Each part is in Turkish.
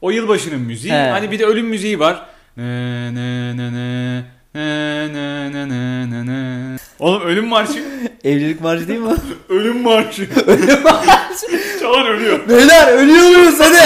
O yılbaşının müziği. He. Hani bir de ölüm müziği var. Ne, ne, ne, ne, ne, ne, ne, ne, ne, ne. Oğlum ölüm marşı. Evlilik marşı değil mi? ölüm marşı. Çalan ölüyor. Beyler ölüyoruz hadi.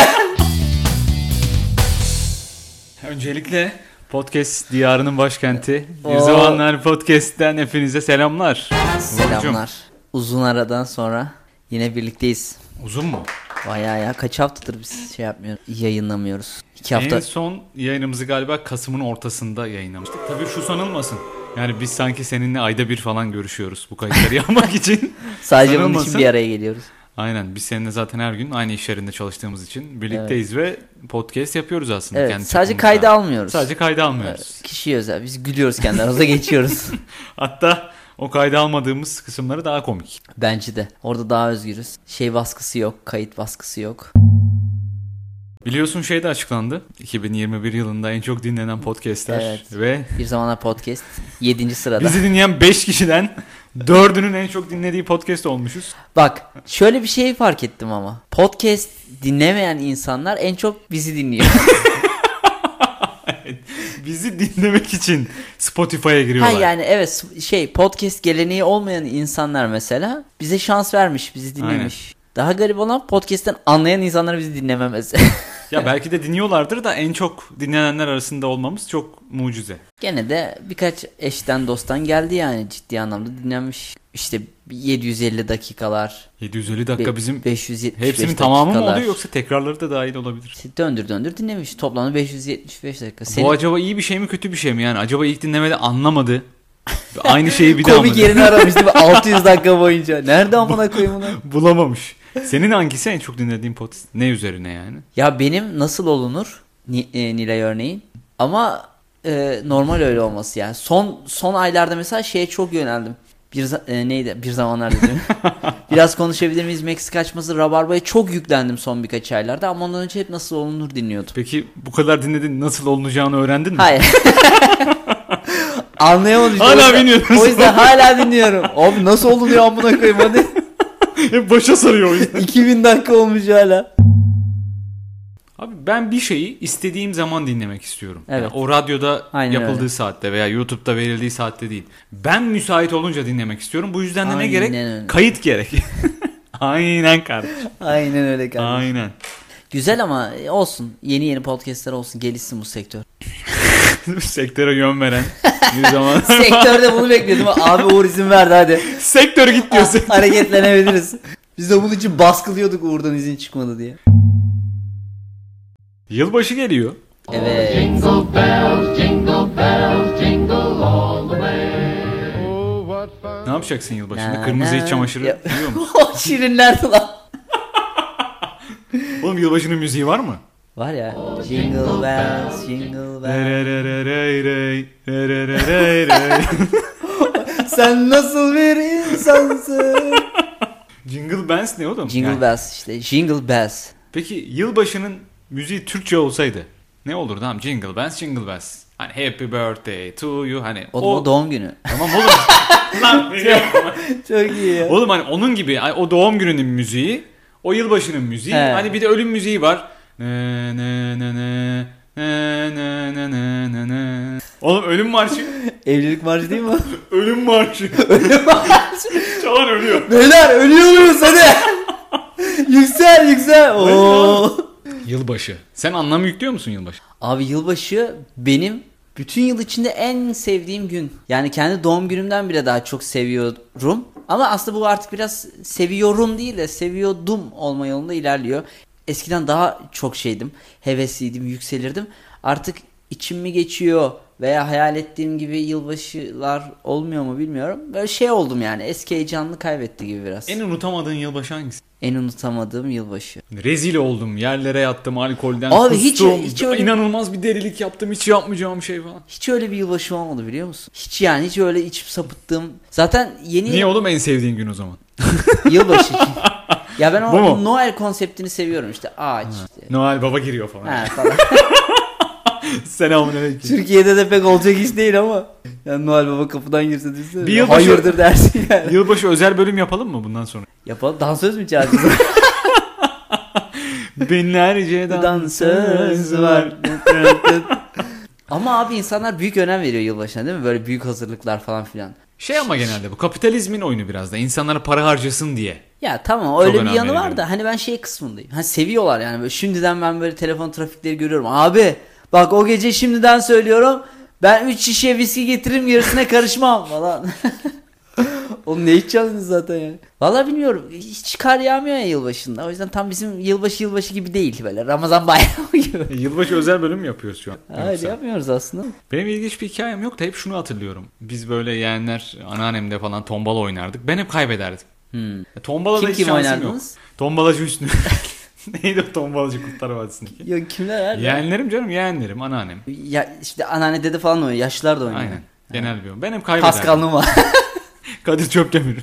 Öncelikle podcast diyarının başkenti. Bir Oo. zamanlar podcast'ten hepinize selamlar. Selamlar. Uzun aradan sonra yine birlikteyiz. Uzun mu? Bayağı ya kaç haftadır biz şey yapmıyoruz yayınlamıyoruz. İki En hafta. son yayınımızı galiba Kasım'ın ortasında yayınlamıştık. Tabii şu sanılmasın. Yani biz sanki seninle ayda bir falan görüşüyoruz bu kayıtları yapmak için. Sadece bunun için Sarılmasın. bir araya geliyoruz. Aynen biz seninle zaten her gün aynı iş yerinde çalıştığımız için birlikteyiz ve podcast yapıyoruz aslında. Evet kendi sadece çapımızda. kayda almıyoruz. Sadece kayda almıyoruz. Kişiye özel. Biz gülüyoruz kendi aramıza geçiyoruz. Hatta o kayda almadığımız kısımları daha komik. Bence de. Orada daha özgürüz. Şey baskısı yok. Kayıt baskısı yok. Biliyorsun şey de açıklandı. 2021 yılında en çok dinlenen podcastler Evet. ve Bir zamanlar podcast 7. sırada. bizi dinleyen 5 kişiden 4'ünün en çok dinlediği podcast olmuşuz. Bak şöyle bir şey fark ettim ama. Podcast dinlemeyen insanlar en çok bizi dinliyor. Bizi dinlemek için Spotify'a ha giriyorlar. yani evet s- şey podcast geleneği olmayan insanlar mesela bize şans vermiş, bizi dinlemiş. Daha garip olan podcast'ten anlayan insanların bizi dinlememesi. Ya belki de dinliyorlardır da en çok dinlenenler arasında olmamız çok mucize. Gene de birkaç eşten dosttan geldi yani ciddi anlamda dinlenmiş. İşte 750 dakikalar, 750 be- dakika bizim 575 hepsinin tamamı mı dakikalar. oluyor yoksa tekrarları da dahil olabilir. İşte Döndür döndür dinlemiş. Toplamda 575 dakika. Bu Senin acaba iyi bir şey mi kötü bir şey mi yani? Acaba ilk dinlemede anlamadı. Aynı şeyi bir daha komik mı- yerini aramış değil mi? 600 dakika boyunca. Nerede amına koyayım bunu? Bulamamış. Senin hangisi en çok dinlediğin podcast? Ne üzerine yani? Ya benim nasıl olunur Ni- e, Nilay örneğin ama e, normal öyle olması yani son son aylarda mesela şeye çok yöneldim bir za- e, neydi bir zamanlar dedim biraz konuşabilir miyiz Meksika açması Rabarba'ya çok yüklendim son birkaç aylarda ama ondan önce hep nasıl olunur dinliyordum Peki bu kadar dinledin nasıl olunacağını öğrendin mi? hayır anlayamadım işte. O Hala yüzden- dinliyorsun. o yüzden hala dinliyorum abi nasıl olunuyor amına koyayım hadi Hep başa sarıyor o yüzden. 2000 dakika olmuş hala Abi ben bir şeyi istediğim zaman dinlemek istiyorum. Evet. Yani o radyoda Aynen yapıldığı öyle. saatte veya YouTube'da verildiği saatte değil. Ben müsait olunca dinlemek istiyorum. Bu yüzden de ne Aynen gerek? öyle. Kayıt gerek. Aynen kardeşim. aynen öyle kardeşim Aynen. Güzel ama e, olsun. Yeni yeni podcastler olsun. Gelişsin bu sektör. Sektöre yön veren bir zaman. Sektörde bunu bekliyordum. Abi Uğur izin verdi hadi. Sektör git diyor Ah, Hareketlenebiliriz. Biz de bunun için baskılıyorduk Uğur'dan izin çıkmadı diye. Yılbaşı geliyor. Evet. Jingle bells, jingle bells, jingle all the way. Oh, what fun! Ne yapacaksın yılbaşında? Na, Kırmızı na, iç çamaşırı ya- biliyor musun? o şirinlerdi lan. Oğlum yılbaşının müziği var mı? Var ya. Jingle bells, jingle bells. Rererereyrey, rererereyrey. Sen nasıl bir insansın? Jingle Bells ne oğlum? jingle Yani- bells işte. Jingle bells. Peki yılbaşının müziği Türkçe olsaydı ne olurdu? Tamam Jingle Bells, Jingle Bells. Hani Happy Birthday to you hani O, o doğum günü. Tamam oğlum. Lan biliyorum ama. Çok iyi ya. Oğlum hani onun gibi hani o doğum gününün müziği, o yılbaşının müziği, He. hani bir de ölüm müziği var. Ne ne ne ne ne ne ne ne ne ne. Oğlum ölüm marşı. Evlilik marşı değil mi? ölüm marşı. Çalan ölüyor. Beyler ölüyoruz hadi. yüksel yüksel. Oo. Yılbaşı. Sen anlamı yüklüyor musun yılbaşı? Abi yılbaşı benim bütün yıl içinde en sevdiğim gün. Yani kendi doğum günümden bile daha çok seviyorum. Ama aslında bu artık biraz seviyorum değil de seviyordum olma yolunda ilerliyor. Eskiden daha çok şeydim. Hevesliydim, yükselirdim. Artık içim mi geçiyor veya hayal ettiğim gibi yılbaşılar olmuyor mu bilmiyorum. Böyle şey oldum yani eski heyecanını kaybetti gibi biraz. En En, unutamadığın yılbaşı hangisi? unutamadığım yılbaşı. Rezil oldum. Yerlere yattım alkolden. Abi hiç- kustum. hiç öyle- inanılmaz bir delilik yaptım. Hiç yapmayacağım şey falan. Hiç öyle bir yılbaşı olmadı biliyor musun? Hiç yani hiç öyle içip sapıttığım. Zaten yeni Niye oğlum en sevdiğin gün o zaman? yılbaşı. ya ben Bu o mu? Noel konseptini seviyorum işte ağaç işte. Noel Baba giriyor falan. Ha, falan. Selamünaleyküm. Türkiye'de de pek olacak iş değil ama. Yani Noel Baba kapıdan girse düşünsene. Bir yılbaşı- Hayırdır dersin yani. Yılbaşı özel bölüm yapalım mı bundan sonra? Yapalım dansöz mü çağıracağız? Binlerce dansöz var. Ama abi insanlar büyük önem veriyor yılbaşına değil mi? Böyle büyük hazırlıklar falan filan. Şey ama genelde bu kapitalizmin oyunu biraz da. İnsanlara para harcasın diye. Ya tamam öyle bir önem yanı var veriyorum. da hani ben şey kısmındayım. Hani seviyorlar yani böyle şimdiden ben böyle telefon trafikleri görüyorum. Abi bak o gece şimdiden söylüyorum ben 3 şişe viski getiririm gerisine karışmam falan. Oğlum ne içeceksiniz zaten yani. Valla bilmiyorum hiç kar yağmıyor ya yılbaşında. O yüzden tam bizim yılbaşı yılbaşı gibi değil böyle Ramazan bayramı gibi. E, Yılbaşı özel bölüm mü yapıyoruz şu an? Hayır Yoksa- yapmıyoruz aslında. Benim ilginç bir hikayem yok da hep şunu hatırlıyorum. Biz böyle yeğenler anneannemde falan tombala oynardık. Ben hep kaybederdim. Hmm. E, Tombalada Kim hiç kim şansım oynardınız? yok. Tombalacı Hüsnü. Neydi o tombalacı kurtlar vadisindeki? Yok kimler var? ya? Yeğenlerim canım yeğenlerim anneannem. Ya işte anneanne dede falan oynuyor. Yaşlılar da oynuyor. Aynen. Genel bir oyun. Ben hep kaybederdim. Pascal Numa. Kadir Çöpdemir.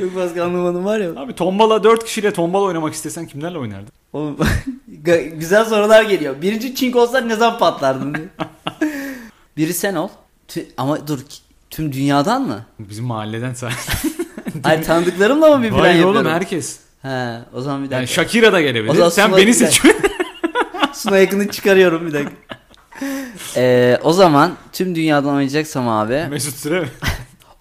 Yok Pascal Numa'nın var ya. Abi tombala 4 kişiyle tombala oynamak istesen kimlerle oynardın? Oğlum, g- güzel sorular geliyor. Birinci çinkoslar ne zaman patlardın diye. Biri sen ol. Tü- ama dur ki- tüm dünyadan mı? Bizim mahalleden sadece. Hayır tanıdıklarımla mı bir plan Vay oğlum yapıyorum? herkes. He, o zaman bir Yani dakika. Shakira da O gelebilir. zaman Sen Sula- beni seç. Suna yakını çıkarıyorum bir dakika. Ee, o zaman tüm dünyadan oynayacaksam abi. Mesut Süre mi?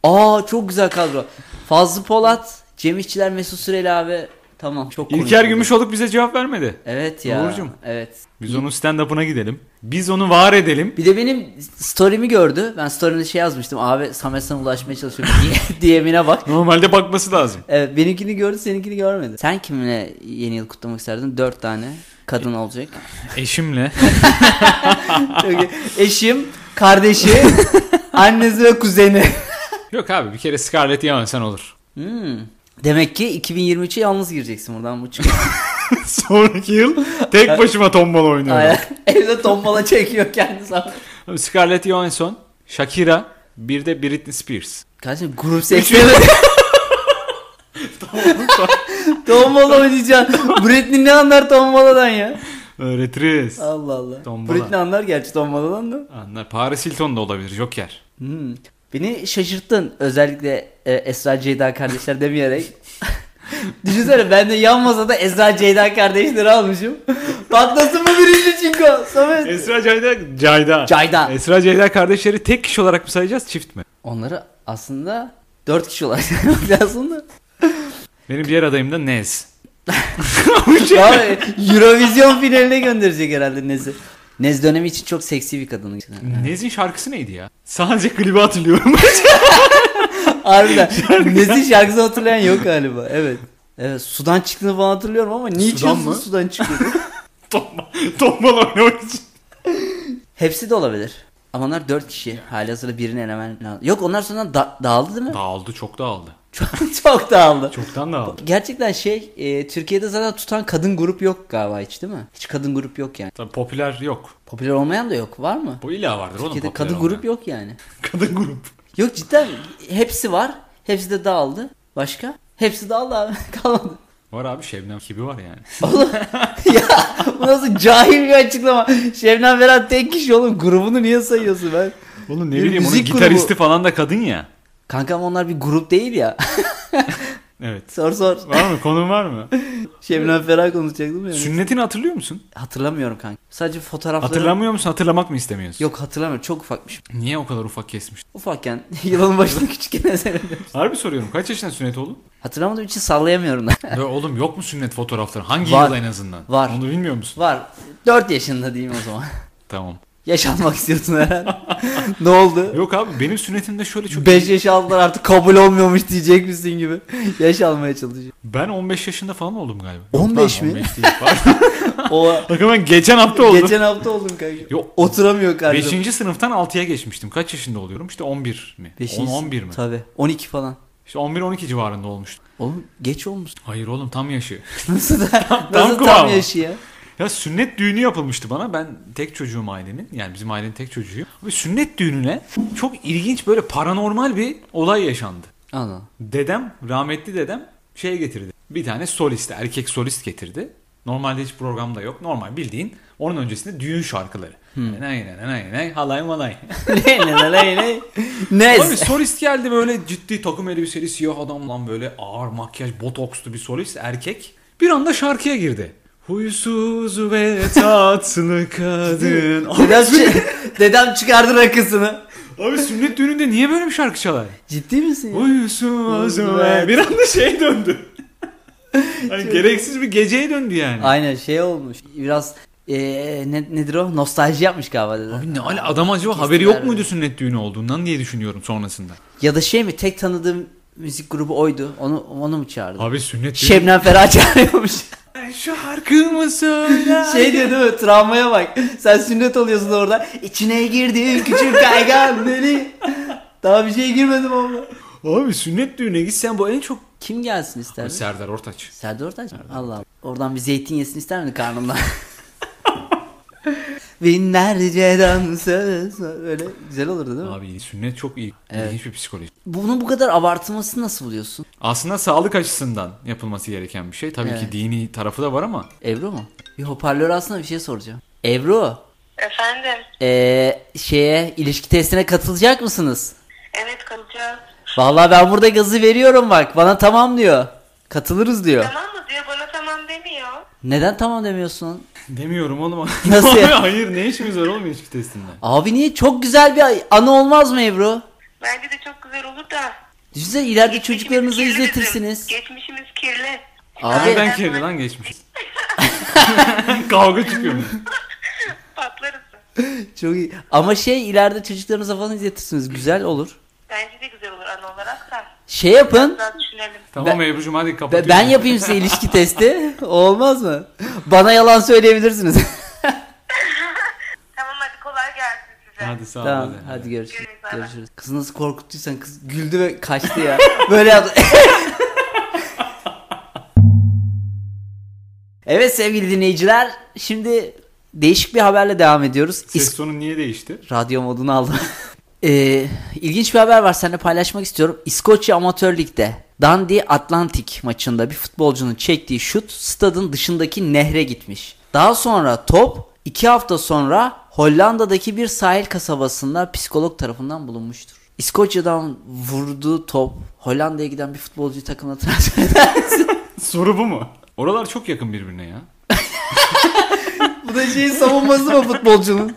Aa çok güzel kadro. Fazlı Polat, Cem İşçiler, Mesut Süreyli abi. Tamam çok İlker konuşuldu. Gümüşoluk bize cevap vermedi. Evet ya. Doğrucum. Evet. Biz onun stand-up'ına gidelim. Biz onu var edelim. Bir de benim story'mi gördü. Ben story'imde şey yazmıştım. Abi Samet sana ulaşmaya çalışıyorum. DM'ine bak. Normalde bakması lazım. Evet, benimkini gördü seninkini görmedi. Sen kimle yeni yıl kutlamak isterdin? Dört tane kadın olacak. Eşimle. Çok iyi. Eşim, kardeşi, annesi ve kuzeni. Yok abi bir kere Scarlett Johansson olur. Hmm. Demek ki 2023'e yalnız gireceksin buradan bu çıkıyor. Sonraki yıl tek başıma tombala oynuyorum. Aynen. Evde tombala çekiyor kendisi. Abi Scarlett Johansson, Shakira, bir de Britney Spears. Kardeşim grup seksleri. tombala oynayacaksın. Britney ne anlar tombaladan ya? Öğretiriz. Allah Allah. Tombala. Britney anlar gerçi tombaladan da. Anlar. Paris Hilton da olabilir. Joker. Hmm. Beni şaşırttın özellikle e, Esra Ceyda kardeşler demeyerek. Düşünsene ben de yan masada Esra Ceyda kardeşleri almışım. Patlasın mı birinci çinko? Samet. Esra Cayda. Cayda. Cayda. Esra Cayda kardeşleri tek kişi olarak mı sayacağız çift mi? Onları aslında dört kişi olarak saymak lazım da. Benim diğer adayım da Nez. Abi, Eurovision finaline gönderecek herhalde Nez'i. Nez dönemi için çok seksi bir kadın. Nez'in şarkısı neydi ya? Sadece klibi hatırlıyorum. Harbiden. Nez'in şarkısını hatırlayan yok galiba. Evet. Evet sudan çıktığını falan hatırlıyorum ama niçin Sudan mı? sudan çıktı? Tombala, tombala oynamak için. Hepsi de olabilir. Ama onlar 4 kişi. Halihazırda birini elemen lazım. Yok onlar sonra da- dağıldı değil mi? Dağıldı çok dağıldı. çok, çok dağıldı. Çoktan dağıldı. Gerçekten şey e, Türkiye'de zaten tutan kadın grup yok galiba hiç değil mi? Hiç kadın grup yok yani. Tabii popüler yok. Popüler olmayan da yok var mı? Bu illa vardır oğlum Türkiye'de popüler kadın olmayan. grup yok yani. Kadın grup. Yok cidden hepsi var. Hepsi de dağıldı. Başka? Hepsi dağıldı abi. Kalmadı. Var abi Şebnem gibi var yani. Oğlum ya bu nasıl cahil bir açıklama. Şebnem Ferah tek kişi oğlum. Grubunu niye sayıyorsun ben? Oğlum ne ne Bir bileyim, bileyim onun onun müzik gitaristi gitaristi grubu. falan da kadın ya. Kankam onlar bir grup değil ya. Evet. sor sor. Var mı? Konum var mı? Şebnem Ferah konuşacaktım ya. Sünnetini hatırlıyor musun? Hatırlamıyorum kanka. Sadece fotoğrafları... Hatırlamıyor musun? Hatırlamak mı istemiyorsun? Yok hatırlamıyorum. Çok ufakmış. Niye o kadar ufak kesmiş? Ufakken yılın başında küçükken seyredim. Harbi soruyorum. Kaç yaşında sünnet oğlum? Hatırlamadığım için sallayamıyorum da. Ve oğlum yok mu sünnet fotoğrafları? Hangi Var. yıl en azından? Var. Onu bilmiyor musun? Var. 4 yaşında diyeyim o zaman. Tamam. Yaşanmak istiyorsun herhalde. ne oldu? Yok abi benim sünnetimde şöyle çok... 5 yaş aldılar artık kabul olmuyormuş diyecek misin gibi. Yaş almaya çalışıyor. Ben 15 yaşında falan oldum galiba. 15 Yok lan, mi? 15 değil. Pardon. O Bakın ben geçen hafta oldum. geçen hafta oldum kanka. Yok. Oturamıyor kardeşim. 5. sınıftan 6'ya geçmiştim. Kaç yaşında oluyorum? İşte 11 mi? 10 11 mi? Tabii. 12 falan. İşte 11 12 civarında olmuştum. Oğlum geç olmuş. Hayır oğlum tam yaşı. Nasıl da tam, tam nasıl tam kıvamı. yaşı ya? Ya sünnet düğünü yapılmıştı bana. Ben tek çocuğum ailenin. Yani bizim ailenin tek çocuğuyum. Abi sünnet düğününe çok ilginç böyle paranormal bir olay yaşandı. Allah. Dedem, rahmetli dedem şey getirdi. Bir tane solist, erkek solist getirdi. Normalde hiç programda yok. Normal bildiğin onun öncesinde düğün şarkıları. Ne ne ne ne ne halay malay. ne ne ne ne ne? Abi solist geldi böyle ciddi takım elbiseli siyah adam lan böyle ağır makyaj botokslu bir solist erkek. Bir anda şarkıya girdi. Huysuz ve tatlı kadın. Dedem, abi, çı- dedem çıkardı rakısını. abi sünnet düğününde niye böyle bir şarkı çalar? Ciddi misin? ya? Huysuz ve... Bir anda şey döndü. Hani gereksiz bir geceye döndü yani. Aynen şey olmuş. Biraz eee, ne, nedir o? Nostalji yapmış galiba dedem. Abi ne ala adam acaba Kesinler haberi yok böyle. muydu sünnet düğünü olduğundan diye düşünüyorum sonrasında. Ya da şey mi? Tek tanıdığım müzik grubu oydu. Onu onu mu çağırdı? Abi sünnet düğünü... Şebnem Ferah çağırıyormuş. Şarkımı söyle. şey diyor değil mi? Travmaya bak. Sen sünnet oluyorsun orada. İçine girdim küçük kaygan beni. Daha bir şey girmedim ama. Abi sünnet düğüne gitsen bu en çok... Kim gelsin ister misin? Serdar Ortaç. Serdar Ortaç mı? Allah Allah. Oradan bir zeytin yesin ister miydin karnımdan? Binlerce dansöz böyle güzel olurdu değil mi? Abi sünnet çok iyi. İlginç bir psikoloji. Bunu bu kadar abartılmasını nasıl buluyorsun? Aslında sağlık açısından yapılması gereken bir şey. Tabii ki Evet. dini tarafı da var ama Ebru mu? Bir hoparlör aslında bir şey soracağım. Ebru, Efendim, ee, şeye ilişki testine katılacak mısınız? evet kalacağız. Vallahi ben burada gazı veriyorum bak. Bana tamam diyor. Katılırız diyor. Tamam mı diyor, bana tamam demiyor. Neden tamam demiyorsun? demiyorum oğlum. Nasıl ya? Hayır ne işimiz var oğlum ilişki testinden? Abi niye çok güzel bir anı olmaz mı Ebru? Bence de çok güzel olur da. Düşünsene ileride Geçmişimiz çocuklarınızı kirli bizim. izletirsiniz. Geçmişimiz kirli. Abi- Abi ben kirli lan geçmiş. Kavga çıkıyor. Patlarız. Çok iyi. Ama şey ileride çocuklarınıza falan izletirsiniz. Güzel olur. Bence de güzel olur anı olarak da. Şey yapın. Biraz düşünelim. Tamam Ben- Ebru'cum hadi be- kapatıyorum. Ben yapayım size ilişki testi. Olmaz mı? Bana yalan söyleyebilirsiniz. Tamam hadi kolay gelsin size. Hadi sağ ol. tamam hadi. hadi görüşürüz. Görüşürüz, bay bay. görüşürüz. Kız nasıl korkuttuysan kız güldü ve kaçtı ya. Böyle yaptı. evet sevgili dinleyiciler. Şimdi değişik bir haberle devam ediyoruz. İs- Ses tonu niye değişti? Radyo modunu aldım. ee, ilginç bir haber var seninle paylaşmak istiyorum. İskoçya Amatör Lig'de Dundee Atlantic maçında bir futbolcunun çektiği şut stadın dışındaki nehre gitmiş. Daha sonra top 2 hafta sonra Hollanda'daki bir sahil kasabasında psikolog tarafından bulunmuştur. İskoçya'dan vurduğu top Hollanda'ya giden bir futbolcuyu takımına transfer edersin. Soru bu mu? Oralar çok yakın birbirine ya. Bu da şeyin savunması mı futbolcunun?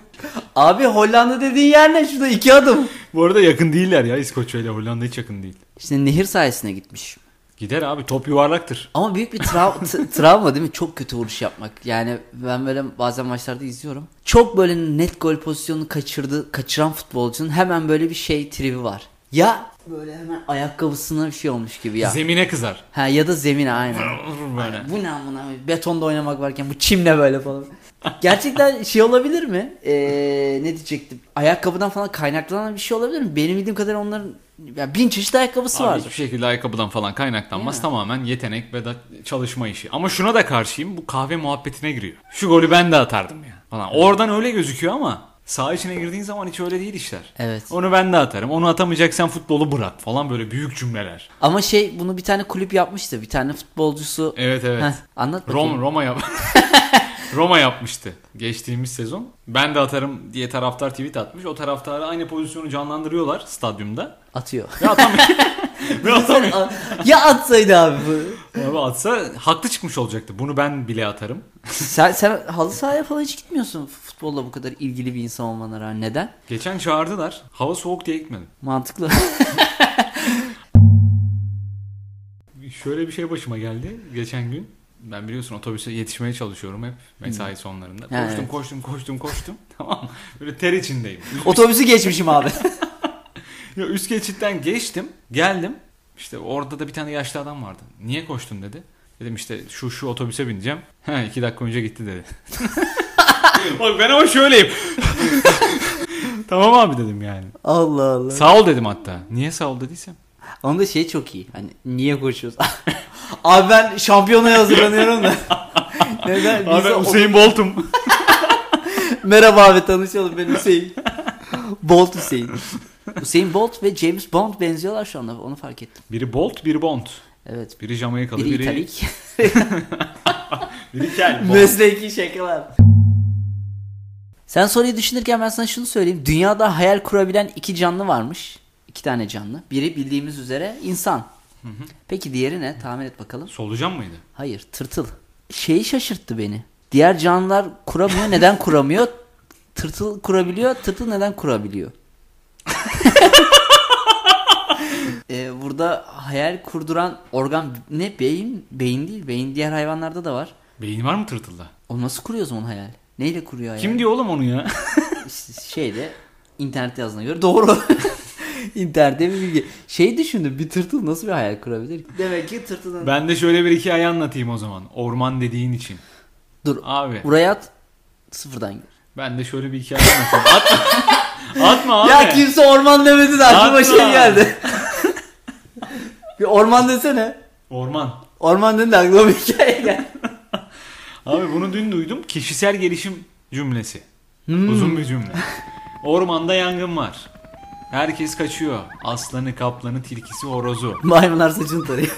Abi Hollanda dediğin yer ne? Şurada iki adım. Bu arada yakın değiller ya İskoçya ile Hollanda hiç yakın değil. İşte nehir sayesinde gitmiş. Gider abi top yuvarlaktır. Ama büyük bir trav- t- travma değil mi? Çok kötü vuruş yapmak. Yani ben böyle bazen maçlarda izliyorum. Çok böyle net gol pozisyonunu kaçırdı, kaçıran futbolcunun hemen böyle bir şey tribi var. Ya böyle hemen ayakkabısına bir şey olmuş gibi ya. Zemine kızar. ha ya da zemine aynen. Vurur böyle. Bu ne amına betonda oynamak varken bu çimle böyle falan. Gerçekten şey olabilir mi? Ee, ne diyecektim? Ayakkabıdan falan kaynaklanan bir şey olabilir mi? Benim bildiğim kadarıyla onların ya bin çeşit ayakkabısı Abi vardır. hiçbir şey- şekilde ayakkabıdan falan kaynaklanmaz. Tamamen yetenek ve da çalışma işi. Ama şuna da karşıyım. Bu kahve muhabbetine giriyor. Şu golü ben de atardım ya. Falan. Oradan öyle gözüküyor ama saha içine girdiğin zaman hiç öyle değil işler. Evet. Onu ben de atarım. Onu atamayacaksan futbolu bırak falan böyle büyük cümleler. Ama şey bunu bir tane kulüp yapmıştı. Bir tane futbolcusu. Evet evet. Heh, anlat bakayım. Roma Roma yap. Roma yapmıştı geçtiğimiz sezon. Ben de atarım diye taraftar tweet atmış. O taraftarı aynı pozisyonu canlandırıyorlar stadyumda. Atıyor. Ve atamıyor. Ve atamıyor. ya atsaydı abi bu. Abi atsa haklı çıkmış olacaktı. Bunu ben bile atarım. sen, sen halı sahaya falan hiç gitmiyorsun. Futbolla bu kadar ilgili bir insan olmana rağmen. Neden? Geçen çağırdılar. Hava soğuk diye gitmedim. Mantıklı. Şöyle bir şey başıma geldi geçen gün. Ben biliyorsun otobüse yetişmeye çalışıyorum hep mesai sonlarında. Koştum Ha, evet. koştum koştum koştum. tamam mı? Böyle ter içindeyim. Üst- Otobüsü geçmişim abi. Ya üst geçitten geçtim. Geldim. İşte orada da bir tane yaşlı adam vardı. Niye koştun dedi. Dedim işte şu şu otobüse bineceğim. Ha iki dakika önce gitti dedi. Bak ben ama şöyleyim. tamam abi dedim yani. Allah Allah. Sağ ol dedim hatta. Niye sağ ol dediysem. Onun da şey çok iyi. Hani niye koşuyorsun? abi ben şampiyonaya hazırlanıyorum da. Neden? Biz de- Bolt'um. Merhaba abi tanışalım ben Hüseyin. Bolt Hüseyin. Hüseyin Bolt ve James Bond benziyorlar şu anda. Onu fark ettim. Biri Bolt, biri Bond. Evet. Biri Jamaikalı, Biri, biri... İtalik. Biri kel. Bond. Mesleki şakalar. Sen soruyu düşünürken ben sana şunu söyleyeyim. Dünyada hayal kurabilen iki canlı varmış. İki tane canlı. Biri bildiğimiz üzere insan. Peki diğeri ne? Tahmin et bakalım. Solucan mıydı? Hayır, tırtıl. şeyi şaşırttı beni. Diğer canlılar kuramıyor. Neden kuramıyor? Tırtıl kurabiliyor. Tırtıl neden kurabiliyor? Ee, burada hayal kurduran organ ne beyin? Beyin değil. Beyin diğer hayvanlarda da var. Beyin var mı tırtılda? O nasıl kuruyor o zaman hayal? Neyle kuruyor hayal? Kim diyor oğlum onu ya? İşte şeyde internet yazdığına göre doğru. İnternette bir bilgi. Şey düşündüm bir tırtıl nasıl bir hayal kurabilir ki? Demek ki tırtılın... ben de şöyle bir hikaye anlatayım o zaman. Orman dediğin için. Dur Abi buraya at sıfırdan gir. ben de şöyle bir hikaye anlatayım. Atma. Atma abi. Ya kimse orman demedi de aklıma Atma. şey geldi. bir orman desene. Orman. Orman dedin de aklıma bir hikaye geldi. Abi bunu dün duydum. Kişisel gelişim cümlesi. Uzun bir cümle. Ormanda yangın var. Herkes kaçıyor. Aslanı, kaplanı, tilkisi, horozu. Maymunlar saçını tarıyor.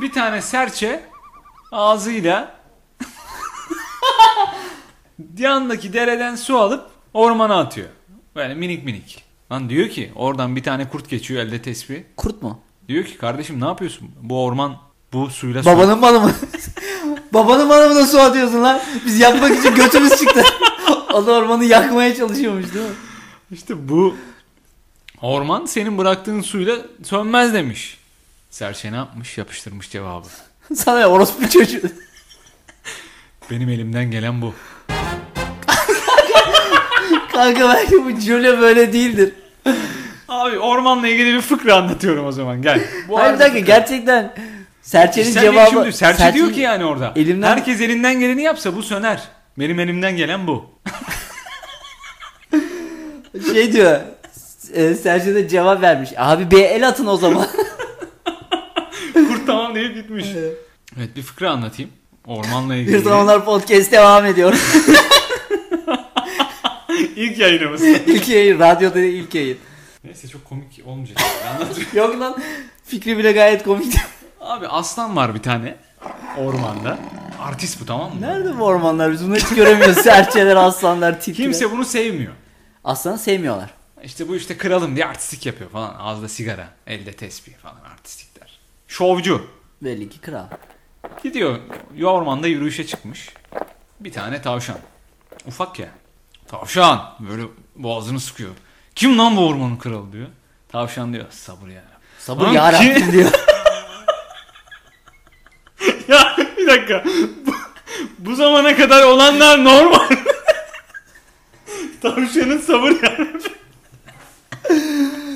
Bir tane serçe ağzıyla yandaki dereden su alıp ormana atıyor. Böyle minik minik. Lan diyor ki oradan bir tane kurt geçiyor elde tesbih. Kurt mu? Diyor ki kardeşim ne yapıyorsun? Bu orman bu suyla su- Babanın malı mı? Babanın malı mı da su atıyorsun lan? Biz yakmak için götümüz çıktı. o da ormanı yakmaya çalışıyormuş değil mi? İşte bu orman senin bıraktığın suyla sönmez demiş. Serçe ne yapmış? Yapıştırmış cevabı. Sana ya orospu çocuğu. Benim elimden gelen bu. Kanka belki bu cümle böyle değildir. Abi ormanla ilgili bir fıkra anlatıyorum o zaman gel. Bu Hayır bir arada- dakika gerçekten Serçe'nin Sen cevabı... şimdi serçe Serçe'nin- diyor ki yani orada. Elimden- Herkes elinden geleni yapsa bu söner. Benim elimden gelen bu. Şey diyor. e, Serçe de cevap vermiş. Abi bir el atın o zaman. Kurt tamam deyip gitmiş. evet bir fıkra anlatayım. Ormanla ilgili. bir zamanlar podcast devam ediyor. İlk yayınımız. ilk yayın. Radyoda ilk yayın. Neyse çok komik olmayacak. Anlatıyorum. Yok lan. Fikri bile gayet komikti. Abi aslan var bir tane. Ormanda. Artist bu tamam mı? Nerede bu ormanlar? Biz bunu hiç göremiyoruz. Serçeler, aslanlar, tilkiler. Kimse bunu sevmiyor. Aslanı sevmiyorlar. İşte bu işte kralım diye artistlik yapıyor falan. Ağızda sigara, elde tesbih falan artistlikler. Şovcu. Belli ki kral. Gidiyor ormanda yürüyüşe çıkmış. Bir tane tavşan. Ufak ya. Tavşan böyle boğazını sıkıyor. Kim lan bu ormanın kralı diyor. Tavşan diyor sabır ya. Sabır Lan yarabbim ki- diyor. ya bir dakika. Bu, bu zamana kadar olanlar normal. Tavşanın sabır ya.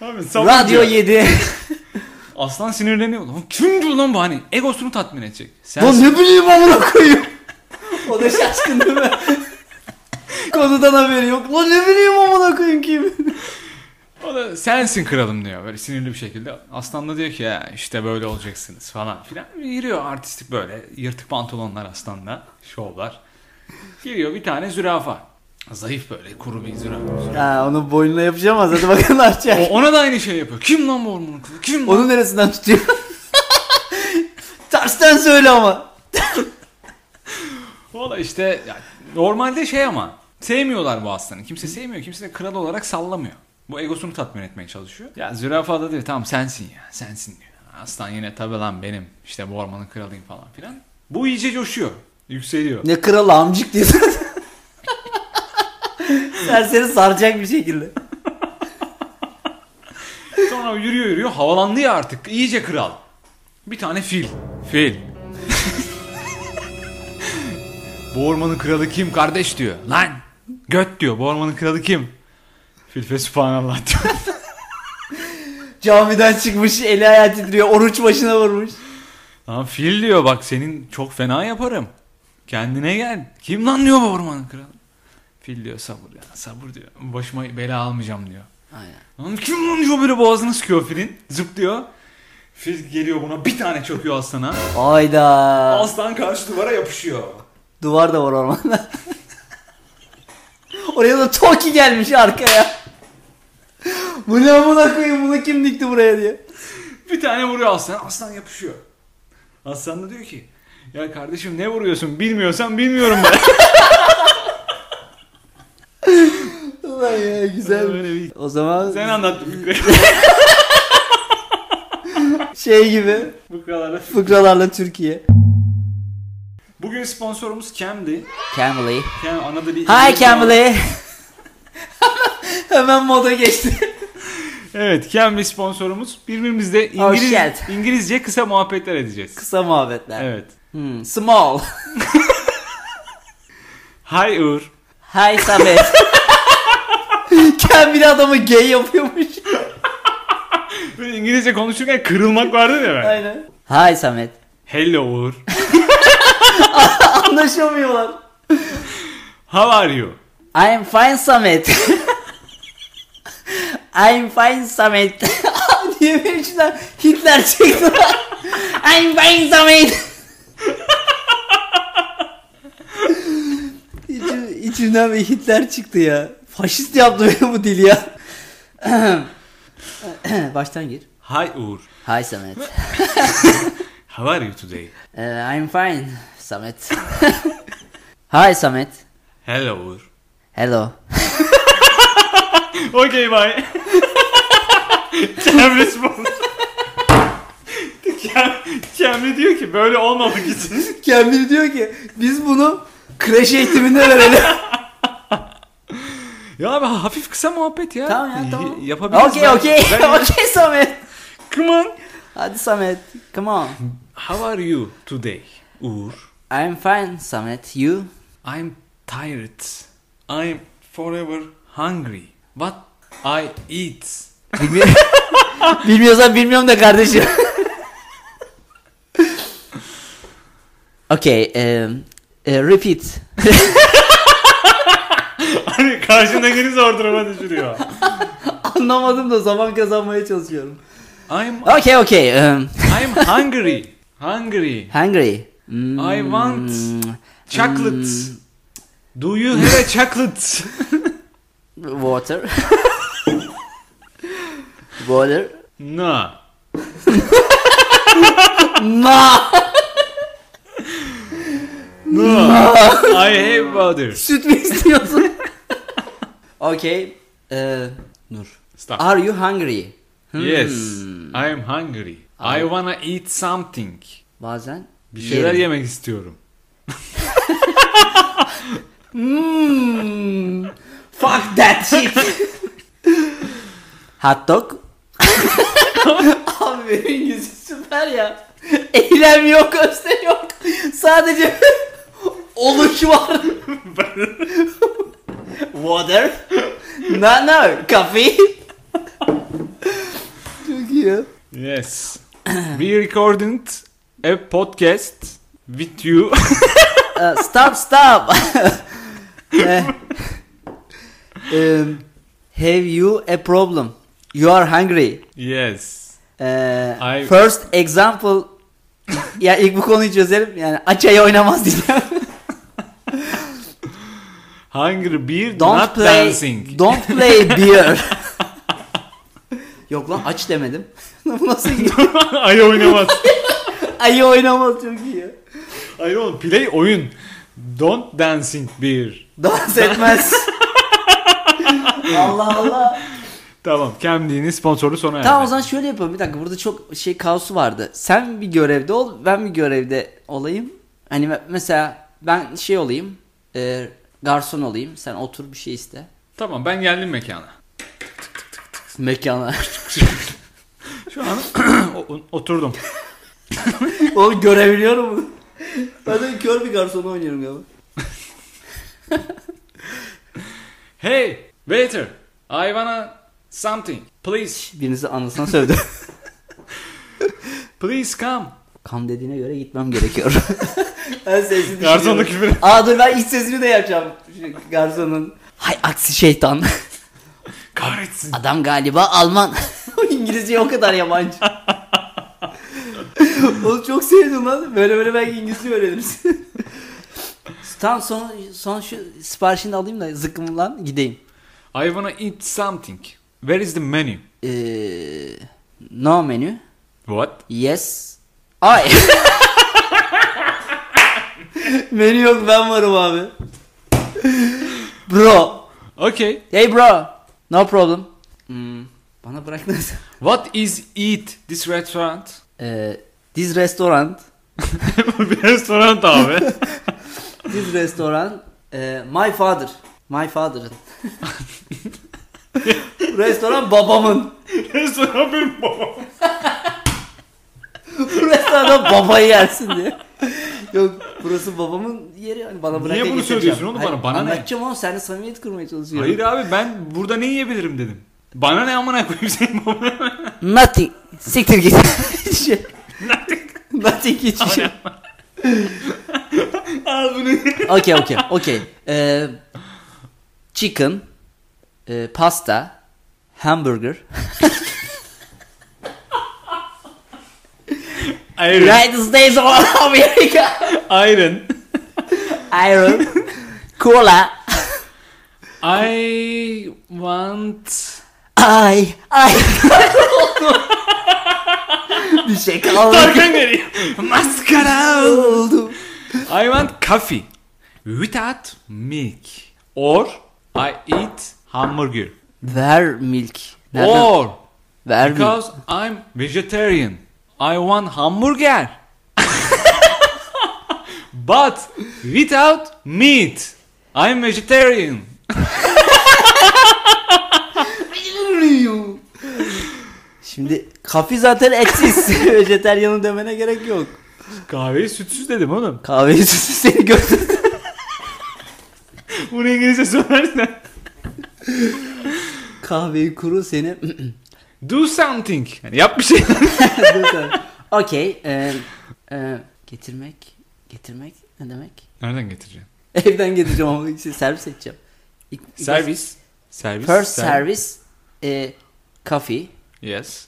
Abi sabır Radyo diyor. 7. Aslan sinirleniyor. Lan kim diyor lan bu hani? Egosunu tatmin edecek. Sen Lan ne bileyim amına koyayım. o da şaşkın değil mi? Konudan haberi yok. Lan ne bileyim amına koyayım kim? O da sensin kralım diyor böyle sinirli bir şekilde. Aslan da diyor ki ya işte böyle olacaksınız falan filan. Giriyor artistik böyle yırtık pantolonlar aslanla şovlar. Giriyor bir tane zürafa. Zayıf böyle kuru bir zürafa. ha onu boynuna yapışamaz. Hadi bakalım ne O, yapacak. ona da aynı şey yapıyor. Kim lan bu ormanın kızı? Kim lan? Onu neresinden tutuyor? Tersten söyle ama. Valla işte ya, normalde şey ama sevmiyorlar bu aslanı. Kimse sevmiyor. Kimse de kral olarak sallamıyor. Bu egosunu tatmin etmeye çalışıyor. Ya zürafa da diyor tamam sensin ya sensin diyor. Aslan yine tabi lan benim işte bu ormanın kralıyım falan filan. Bu iyice coşuyor. Yükseliyor. Ne kral amcık diyor. Serseri saracak bir şekilde. Sonra yürüyor yürüyor havalandı ya artık. iyice kral. Bir tane fil. Fil. bu ormanın kralı kim kardeş diyor. Lan göt diyor bu ormanın kralı kim? Fil fe subhanallah diyor. Camiden çıkmış eli ayağı titriyor. Oruç başına vurmuş. Lan fil diyor bak senin çok fena yaparım. Kendine gel. Kim lan diyor bu ormanın kralı? Fil diyor sabır ya sabır diyor. Başıma bela almayacağım diyor. Aynen. Lan kim lan diyor böyle boğazını sıkıyor filin. Zıplıyor. Fil geliyor buna bir tane çöküyor aslana. Ayda. Aslan karşı duvara yapışıyor. Duvar da var ormanda. Oraya da Toki gelmiş arkaya. Bu ne amına koyayım bunu kim dikti buraya diye. Bir tane vuruyor aslan. Aslan yapışıyor. Aslan da diyor ki ya kardeşim ne vuruyorsun bilmiyorsan bilmiyorum ben. Ulan ya güzel. Böyle bir- O zaman Sen anlat. Şey gibi Fıkralarla. fıkralarla Türkiye. Bugün sponsorumuz Cambly. Camley. Cam, Anadolu Hi Camley. Hemen moda geçti. Evet Cambly sponsorumuz. Birbirimizle Hoş İngiliz, geldin. İngilizce kısa muhabbetler edeceğiz. Kısa muhabbetler. Evet. Hmm, small. Hi Uğur. Hi Samet. Kendi adamı gay yapıyormuş. Böyle İngilizce konuşurken kırılmak vardı ya ben. Aynen. Hi Samet. Hello Uğur. Anlaşamıyorlar. How are you? I'm fine Samet. I'm fine Samet. Diye benim içimden Hitler çıktı. I'm fine Samet. İçim, içimden bir Hitler çıktı ya. Faşist yaptı beni bu dil ya. Baştan gir. Hi Uğur. Hi Samet. How are you today? Eh, I'm fine Samet. Hi Samet. Hello Uğur. Hello. Okay bye. Cambly sponsor. Cam- Cambly diyor ki böyle olmamak için. Kendini diyor ki biz bunu kreş eğitiminde verelim. Ya abi hafif kısa muhabbet ya. tamam ya tamam. Y- Yapabiliriz. Okey Ben- okey. ben- Okey Samet. Come on. Hadi Samet. Come on. How are you today, Uğur? I'm fine Samet. You? I'm tired. I'm forever hungry. What I eat. Bilmiyorum. Bilmiyorsan bilmiyorum da kardeşim. okay. Um, eh, repeat. Hani karşındakini zor duruma düşürüyor. Anlamadım da zaman kazanmaya çalışıyorum. I'm Okay okay. Um, I'm hungry. Hungry. hungry. Hmm, I want chocolate. Do you have a chocolate? Water. Water. no. No. No. I have water. Süt mü istiyorsun? okay. Ee, dur. Stop. Are you hungry? Hmm. Yes. I'm hungry. I wanna eat something. Bazen Bir şeyler yerim. yemek istiyorum. Hmm. Fuck that shit. Hot dog. Abi benim yüzü süper ya. Eylem yok, öste yok. Sadece oluş var. Water. No, no. Coffee. Çok iyi ya. Yes. We recorded a podcast with you. Uh, stop stop. Eh, um, have you a problem? You are hungry. yes. Eh, I- First example. ya ilk bu konuyu çözelim. Yani açayı oynamaz diyeceğim. Hungry beer Don't not play. dancing. Don't play beer. Yok lan aç demedim. bu nasıl iyi? Ay oynamaz. Ayı oynamaz çok iyi. ya. Hayır oğlum play oyun. Don't dancing beer. Dans etmez. Allah Allah. Tamam. Cambly'nin sponsorlu sona erdi. Tamam o zaman şöyle yapalım. Bir dakika burada çok şey kaosu vardı. Sen bir görevde ol, ben bir görevde olayım. Hani me- mesela ben şey olayım, e, garson olayım. Sen otur bir şey iste. Tamam ben geldim mekana. Mekana. Şu an o- oturdum. Oğlum görebiliyorum bunu. Ben de kör bir garsonu oynuyorum galiba. Hey waiter I wanna something. Please Birinizi anasına sövdü. please come. Kam dediğine göre gitmem gerekiyor. ben sesini Garsonluk düşünüyorum. küfür. Aa dur ben iç sesini de yapacağım. Şu Garsonun. Hay aksi şeytan. Kahretsin. Adam galiba Alman. İngilizce o kadar yabancı. Onu çok sevdim lan. Böyle böyle belki İngilizce öğrenirsin. Tam son, son şu siparişini alayım da zıkkım lan gideyim. I wanna eat something. Where is the menu? Ee, no menü. What? Yes. Ay. menü yok ben varım abi. Bro. Okay. Hey bro. No problem. Hmm, bana bırak nasıl? What is eat this restaurant? Ee, this restaurant, bir restoran abi. this restaurant, e, my father, my father'ın. restoran babamın. restoran benim babam. Bu restoranda babayı yersin diye. Yok burası babamın yeri hani bana bırak Niye ya bunu getireceğim. söylüyorsun oğlum bana? Bana ne? anlatacağım oğlum seninle samimiyet kurmaya çalışıyorum. Hayır abi ben burada ne yiyebilirim dedim. Bana ne amına koyayım senin babana. Nothing. Siktir git. Hiçbir şey. Nothing hiçbir şey. Al bunu. Okey okey okey. Ee, chicken, e, pasta, hamburger, Iron. United States of America, Iron. iron, cola, I want... ay ay. Bir şey kalmadı. Tarkan geliyor. Maskara. oldu. I want coffee. Without milk. Or I eat hamburger. Ver milk. Nereden? Or Ver milk. because I'm vegetarian. I want hamburger. But without meat. I'm vegetarian. Şimdi kafi zaten etsiz. Vejeteryanı demene gerek yok. Kahveyi sütsüz dedim oğlum. Kahveyi süsü seni götürdü. Bunu İngilizce söylersen. Kahveyi kuru seni. Do something. Yani yap bir şey. Okey. e, e, getirmek. Getirmek ne demek? Nereden getireceğim? Evden getireceğim ama işte servis edeceğim. İlk- ilk- Servis. Servis. First serv- service. E, coffee. Yes.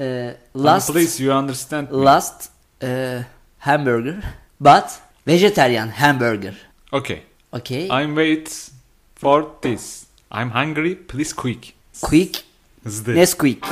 e, last. Please you understand. me. Last. e, hamburger. But vegetarian hamburger. Okay. Okey. I'm wait for this. I'm hungry. Please quick. Quick. Hızlı. Nesquik.